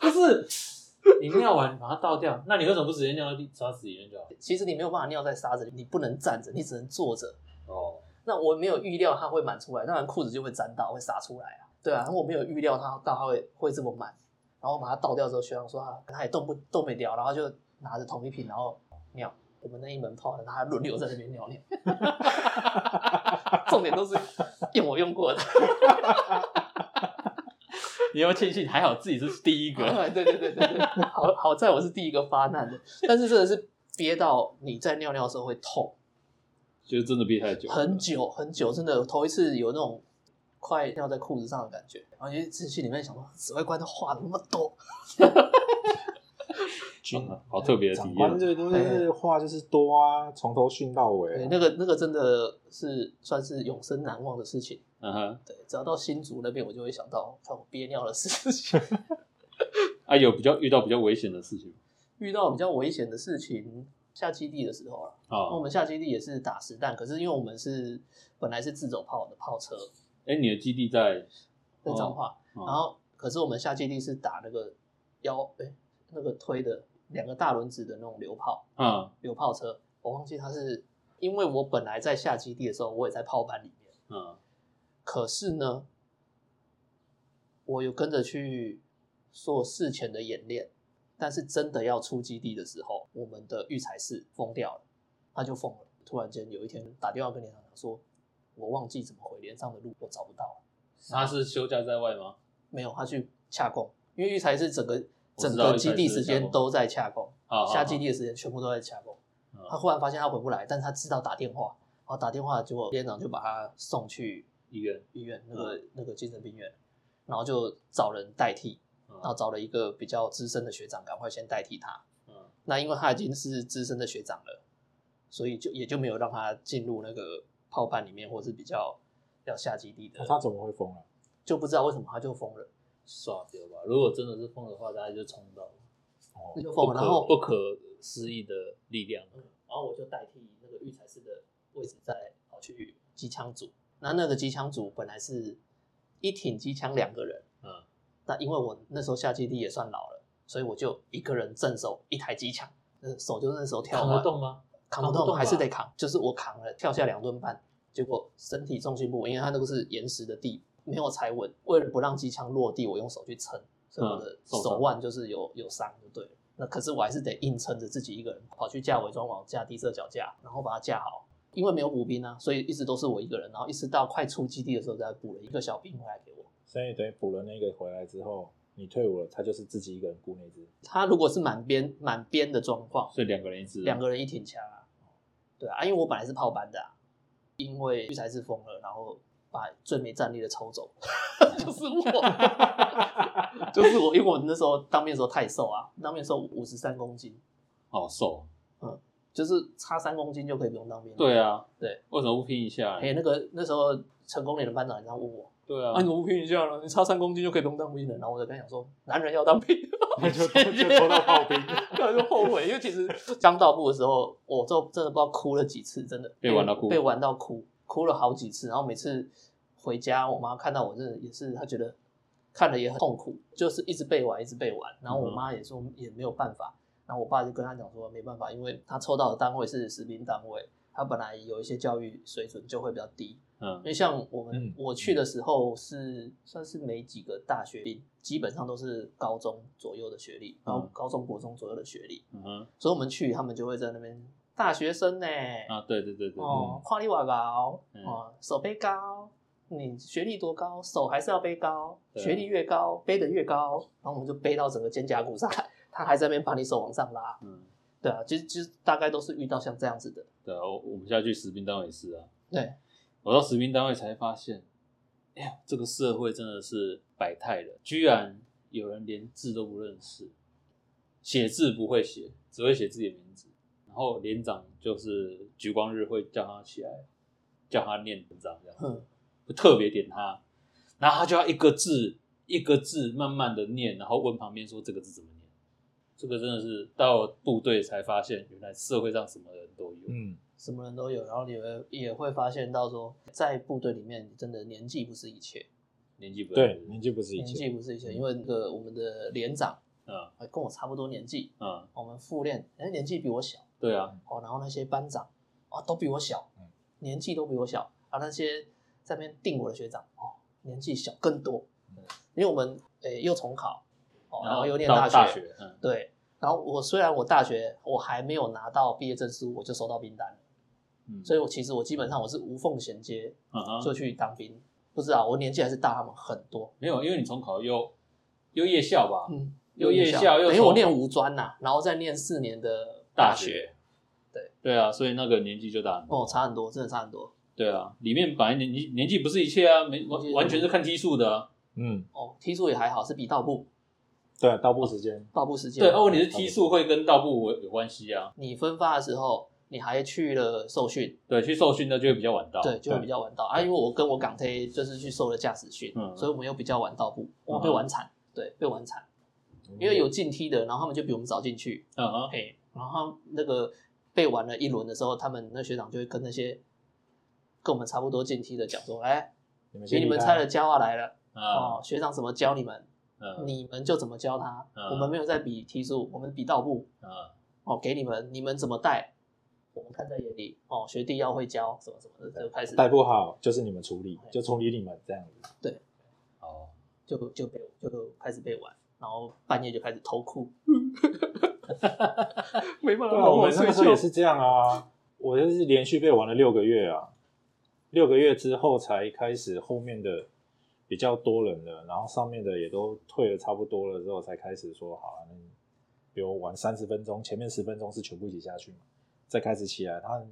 不是，你尿完把它倒掉，那你为什么不直接尿到地沙子里面就好？
其实你没有办法尿在沙子里，你不能站着，你只能坐着。
哦，
那我没有预料它会满出来，当然裤子就会沾到，会洒出来啊。对啊，然后我没有预料它到它会会这么满，然后把它倒掉之后，学长说啊，他也动不动没掉，然后就拿着同一瓶，然后尿。我们那一门炮，他轮流在那边尿尿， 重点都是用我用过的。
你要庆幸还好自己是第一 个。
啊对对对对对，好好在我是第一个发难的，但是真的是憋到你在尿尿的时候会痛，
就是真的憋太久了
很久很久，真的头一次有那种快尿在裤子上的感觉，然后就自己心里面想说，指挥官都话那么多，
军
啊好特别的体
长官
验。
这个东西是话就是多啊，从头训到尾
对，
啊。
那个那个真的是算是永生难忘的事情。
嗯哼，
对，只要到新竹那边，我就会想到看我憋尿的事情。
啊，有比较遇到比较危险的事情吗
遇到比较危险的事情，下基地的时候了，那我
哦，
们下基地也是打实弹，可是因为我们是本来是自走炮的炮车
哎，你的基地在，
在彰化，
哦
然后可是我们下基地是打那个腰哎、那个推的两个大轮子的那种流炮，
嗯
有炮车，我忘记它是因为我本来在下基地的时候，我也在炮班里面，
嗯，
可是呢，我有跟着去做事前的演练，但是真的要出基地的时候，我们的育才室封掉了，他就疯了。突然间有一天打电话跟连长讲说，我忘记怎么回连上的路，我找不到了。
他是休假在外吗？
没有，他去洽工，因为育才室整个
我
整
知道
个基地时
育才室在洽
间
工
都在洽工，
好好好
下基地的时间全部都在洽工。
啊嗯
他忽然发现他回不来，但是他知道打电话，然后打电话，结果连长就把他送去
医院，
医院那个、那个精神病院，然后就找人代替，
嗯
然后找了一个比较资深的学长，赶快先代替他。
嗯
那因为他已经是资深的学长了，所以就也就没有让他进入那个炮班里面，或是比较要下基地的，
他怎么会疯啊？
就不知道为什么他就疯了，
耍丢吧。如果真的是疯的话，大家就冲到
那
哦，
就疯
不
了。
可
然后嗯
不可思议的力量。
然后我就代替那个育才师的位置，再跑去机枪组。那那个机枪组本来是一挺机枪两个人，
嗯，
那因为我那时候下基地也算老了，所以我就一个人镇守一台机枪，呃手就那时候跳
扛
完
得动吗？
扛不动，
扛不动吧
还是得扛，就是我扛了，跳下两吨半，结果身体重心不稳，因为它那个是岩石的地，没有踩稳，为了不让机枪落地，我用手去撑，所以我的
嗯受伤
手腕就是有有伤，就对了。那可是我还是得硬撑着自己一个人跑去架伪装网架低射脚架，然后把它架好。因为没有补兵啊，所以一直都是我一个人。然后一直到快出基地的时候，再补了一个小兵回来给我。
所以等于补了那个回来之后，你退伍了，他就是自己一个人雇那 只。
他如果是满编满编的状况，
所以两个人一支，
两个人一挺枪啊，对啊，因为我本来是炮班的、啊，因为育才是疯了，然后把最没战力的抽走， 就是我， 就是我，因为我那时候当兵的时候太瘦啊，当兵的时候五十三公斤，
好瘦，
就是差三公斤就可以不用当兵了。
对，啊，
对，
为什么不拼一下？
哎、那个那时候成功连的班长然后问我，
对啊
啊，，你怎么不拼一下呢？你差三公斤就可以不用当兵了。然后我就跟他讲说，男人要当兵。
那就就拖到炮兵。
然后就后悔，因为其实刚到部的时候，我就真的不知道哭了几次，真的哎
被玩到哭
被玩到哭，哭了好几次。然后每次回家，我妈看到我，真的也是，她觉得看了也很痛苦，就是一直被玩，一直被玩。然后
嗯
我妈也说也没有办法，然后我爸就跟她讲说没办法，因为他抽到的单位是实兵单位，他本来有一些教育水准就会比较低，因
嗯，
为像我们、
嗯
我去的时候是算是没几个大学兵，基本上都是高中左右的学历，高、
嗯
高中国中左右的学历，
嗯哼，
所以我们去他们就会在那边大学生呢、
啊，对对对对，
哦，跨立瓦高
嗯
哦，手背高，你学历多高，手还是要背高，
对啊
学历越高背得越高，然后我们就背到整个肩胛骨上来，他还在那边把你手往上拉，
嗯，
对啊，其实其实大概都是遇到像这样子的，
对啊，我我们下去实兵单位也是啊，
对，
我到实兵单位才发现，哎呀，这个社会真的是百态了，居然有人连字都不认识，写字不会写，只会写自己的名字。然后连长就是举光日会叫他起来，叫他念文章这样，
哼，
就特别点他，然后他就要一个字一个字慢慢的念，然后问旁边说这个字怎么念。这个真的是到部队才发现，原来社会上什么人都有。
嗯，
什么人都有，然后你们也会发现到说，在部队里面，真的年纪不是一切，
年纪不
对，
认
年
识，
纪不是以
年纪
前。
不是一切，因为那个我们的连长
嗯
呃跟我差不多年纪，
嗯，
我们副练哎年纪比我小
对啊，
哦，然后那些班长哦都比我小
嗯，
年纪都比我小，啊那些在那边定我的学长哦年纪小更多
嗯，
因为我们诶又重考哦，然后又念
到
大
大
学，
学，嗯，
对，然后我虽然我大学我还没有拿到毕业证书，我就收到兵单了，
嗯
所以我其实我基本上我是无缝衔接
嗯哼
就去当兵。不知道，我年纪还是大他们很多。
没有，因为你重考又又夜校吧，
嗯，
又夜校又
等于我
重
念五专呐、然后再念四年的
大
学，
学，
对
对啊，所以那个年纪就大很多，
哦，差很多，真的差很多。
对啊，里面本来年纪年纪不是一切啊，没
年纪
完完全是看基数的啊，
嗯，
哦，踢数也还好，是比道步，
对啊，到步时间。
道步时间。
对，啊，问题是基数会跟道部有有关系啊，
你分发的时候，你还去了受训，
对，去受训的就会比较晚到，
对，就会比较晚到啊。因为我跟我港推就是去受了驾驶训，
嗯
所以我们又比较晚到步，我们
嗯
被玩惨，对，被玩惨，因为有进梯的，然后他们就比我们早进去，
嗯哼，
嘿，然后那个被玩了一轮的时候，他们那学长就会跟那些跟我们差不多进梯的讲说，哎。
你们
比
先
你
离
们
开
猜的教啊来了
啊
哦，学长怎么教你们，
嗯
你们就怎么教他。
嗯
我们没有在比踢数，我们比道步
啊，
哦，给你们，你们怎么带，我们看在眼里哦。学弟要会教什么什么的，就开始
嗯带不好就是你们处理，就处理你们这样子。
哦，
就就被就开始被玩，然后半夜就开始偷哭， 没 办
嗯
法，
对啊，我们那
睡
个时候也
觉。
是这样啊，我就是连续被玩了六个月啊，六个月之后才开始后面的比较多人了，然后上面的也都退了差不多了之后，才开始说好啊了、那你比如玩三十分钟，前面十分钟是全部一起下去嘛，再开始起来，他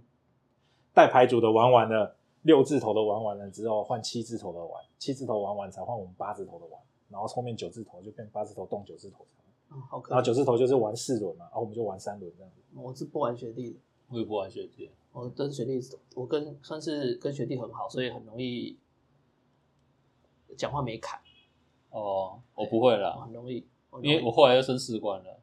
带牌组的玩完了，六字头的玩完了之后，换七字头的玩，七字头玩完才换我们八字头的玩，然后后面九字头就变八字头动九字头，
嗯好可
然后
怜，
九字头就是玩四轮嘛，然后啊我们就玩三轮这样子。
我是不玩学弟的，
我也不玩学姐，
我哦跟学弟，我跟算是跟学弟很好，所以很容易讲话没坎，
哦，我不会
我
啦，
很容易，很容
因
易
为我后来又升士官了，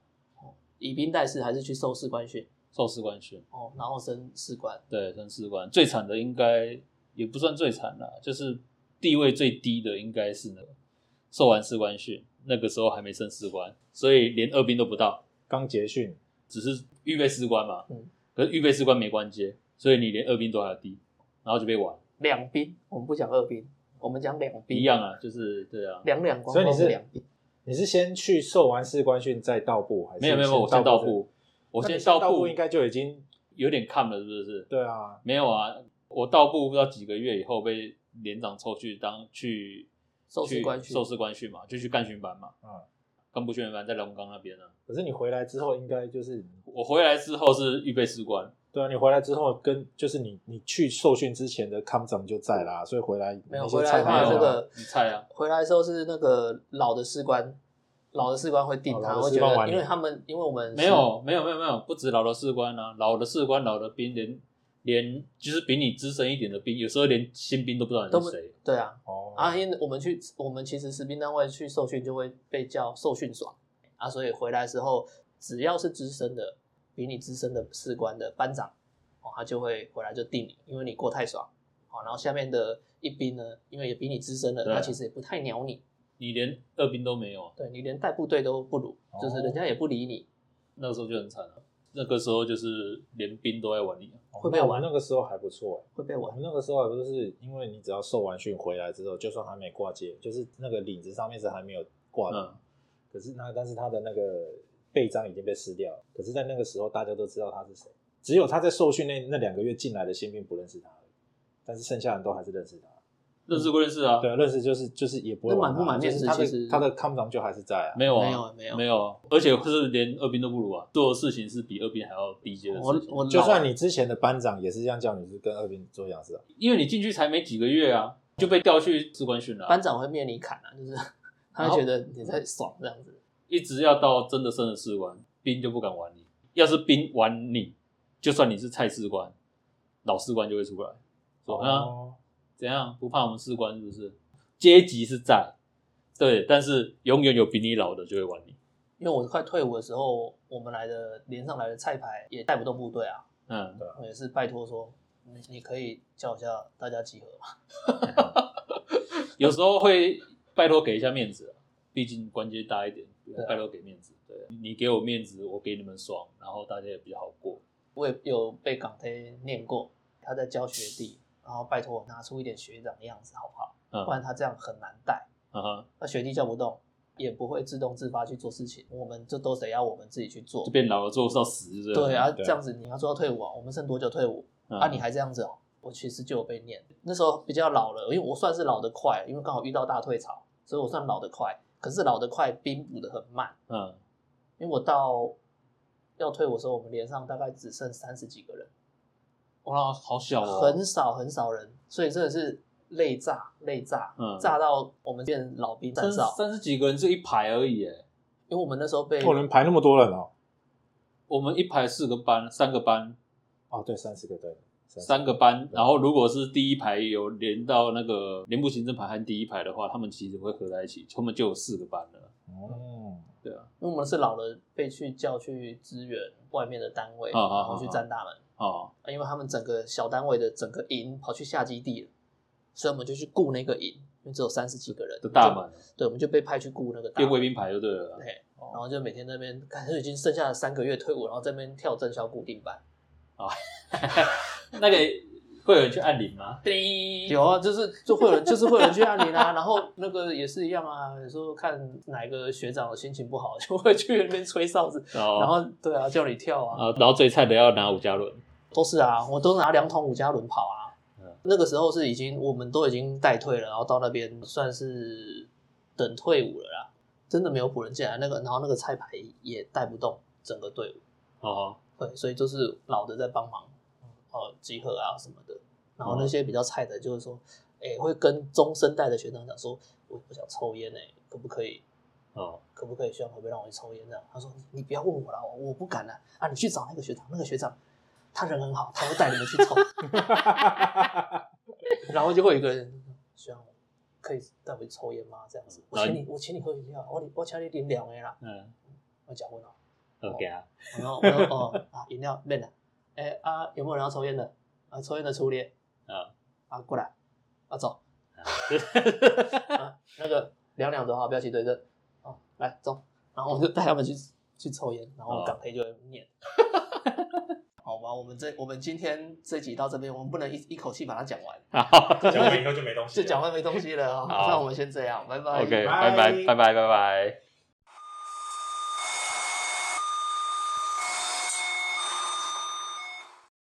以兵代士还是去受士官训
受士官训。
哦，然后升士官，
对，升士官最惨的应该也不算最惨啦，就是地位最低的应该是那个受完士官训，那个时候还没升士官，所以连二兵都不到，
刚结训，
只是预备士官嘛。
嗯。
可是预备士官没官阶，所以你连二兵都还要低，然后就被玩。
两兵我们不讲二兵，我们讲两兵
一样，啊，就是对啊，
两两光
所以你
光
是
两兵。
你是先去受完士官训再到步，还是
没有没有，没有我
先
先到
步
步，我
再？那
先
你先
步
步应该就已经
有点看了，是不是？
对啊，
没有啊，我到步不知道几个月以后被连长抽去当去
受士
去
官训
受士官训嘛，就去干训班嘛，
嗯，
干部训练班在龙岗那边啊。
可是你回来之后应该就是
我回来之后是预备士官，
对啊，你回来之后跟就是你你去受训之前的康长就在啦，所以回来
没有
那些
回来
菜
的
没
话
鸟啊
这个
你猜啊？
回来的时候是那个老的士官，老的士官会定
哦
他，
老的
会
士
觉
官玩
得，
你
因为他们因为我们
没有没有没有没有，不止老的士官啊，老的士官、老的兵连连就是比你资深一点的兵，有时候连新兵都不知道
都
你
不
是谁。
对啊，
哦
啊，因为我们去我们其实实兵单位去受训就会被叫受训爽啊，所以回来的时候只要是资深的，比你资深的士官的班长哦，他就会回来就定你，因为你过太爽哦，然后下面的一兵呢，因为也比你资深的，
对啊
他其实也不太鸟你，
你连二兵都没有啊，
对你连带部队都不如，就是人家也不理你，
那个时候就很惨了、那个时候就是连兵都在玩你、啊，
会被
那哦我
玩
们那个时候还不错欸
会被
我
玩
们那个时候还不是因为你只要受完训回来之后，就算还没挂界，就是那个领子上面是还没有挂的，
嗯
可是那但是他的那个呃背章已经被撕掉了。可是，在那个时候大家都知道他是谁，只有他在受训那那两个月进来的新兵不认识他而已，但是剩下人都还是认识他。
认识归认识啊，
对啊，认识就是就是也不会
那
玩
满不
他
满
就
面
是
子
他
其
的
实
他的康长就还是在啊。
没有啊，
没有没有
没有啊，而且是连二兵都不如啊，做的事情是比二兵还要低阶的事
我
情。
我
就
老
算你之前的啊班长也是这样叫你，是跟二兵做一样的事啊。
因为你进去才没几个月啊，就被调去士官训了啊、
班长会面你砍啊，就是 他会觉得你在爽这样子。
一直要到真的升了士官，兵就不敢玩你。要是兵玩你，就算你是蔡士官，老士官就会出来说：“啊，
哦，
怎样不怕我们士官是不是？阶级是在，对，但是永远有比你老的就会玩你。
因为我快退伍的时候，我们来的连上来的菜牌也带不动部队啊，
嗯，
我也是拜托说，你你可以叫一下大家集合嘛。
有时候会拜托给一下面子啊，毕竟官阶大一点，
啊
拜托给面子。对，你给我面子，我给你们爽，然后大家也比较好过。
我也有被港台念过，他在教学弟，然后拜托我拿出一点学长的样子好不好？
嗯
不然他这样很难带，
啊哈，
那学弟叫不动，也不会自动自发去做事情，我们这都得要我们自己去做
就。变老了做到死，对
对啊，
对
这样子你要做到退伍啊，我们剩多久退伍？
嗯
啊，你还这样子哦？我其实就有被念，那时候比较老了，因为我算是老得快，因为刚好遇到大退潮，所以我算老得快。可是老得快，兵补得很慢，
嗯，
因为我到要退伍的时候，我们连上大概只剩三十几个人，
哇，好小哦，
很少很少人，所以真的是累炸累炸，
嗯
炸到我们变老兵站
三
哨，
三十几个人就一排而已，哎，
因为我们那时候被
我能排那么多人哦。
我们一排四个班，三个班，
哦，对，三十个对，30
三个班，然后如果是第一排有连到那个连部行政排和第一排的话，他们其实会合在一起，他们就有四个班了。
嗯，
对啊，
因为我们是老了被去叫去支援外面的单位，
啊啊啊
然后去站大门。
哦，
因为他们整个小单位的整个营跑去下基地了，所以我们就去雇那个营，因为只有三十几个人
这大，门
对，我们就被派去雇那个大
变卫
门，
兵排就对了啦。
对，
哦
然后就每天那边，感觉已经剩下三个月退伍，然后这边跳正校固定班，
那个会有人去按铃吗？叮
有啊，就是就会有人，就是会有人去按铃啊，然后那个也是一样啊，有时候看哪个学长心情不好，就会去那边吹哨子，然
然后
后对啊，叫你跳啊，
哦啊，然后最菜的要拿五加仑，
都是啊，我都拿两桶五加仑跑啊
嗯。
那个时候是已经我们都已经代退了，然后到那边算是等退伍了啦，真的没有补人进来。那个然后那个菜牌也带不动整个队伍，
哦，
对，所以就是老的在帮忙，呃，集合啊什么的。然后那些比较菜的，就是说，哎、会跟中生代的学长讲说，我我想抽烟哎、可不可以？
哦，
可不可以学长可不可以让我去抽烟这样？他说你你不要问我啦，我我不敢啦。啊，你去找那个学长，那个学长他人很好，他会带你们去抽。 然后就会有一个人，学长可以带我去抽烟吗？这样子，我请你我请你喝饮料，我我请你饮两个啦，
嗯
我讲问了。
，OK 啊，
然后我说哦啊饮料没了，哎啊有没有人要抽烟的？啊抽烟的出列
啊，
啊过来啊走 啊那个两两的话不要去对阵哦
哦
来走，然后我就带他们去去抽烟，然后港台就会念。好吧，我们这我们今天这集到这边，我们不能一一口气把它讲完，
好
讲完以后就没东西
这
了。
讲完没东西了，
啊
哦
好
那我们先这样，拜拜。
拜
，OK，拜拜，拜拜，拜拜。